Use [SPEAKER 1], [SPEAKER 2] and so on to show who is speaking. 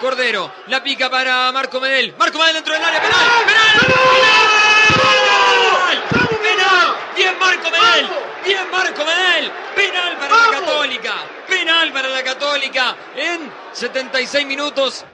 [SPEAKER 1] Cordero. La pica para Marco Medel. Marco Medel dentro del área. ¡Penal! ¡Penal! ¡Penal! ¡Penal! ¡Bien Marco Medel! ¡Bien Marco Medel! ¡Penal para la Católica! ¡Penal para la Católica! En 76 minutos.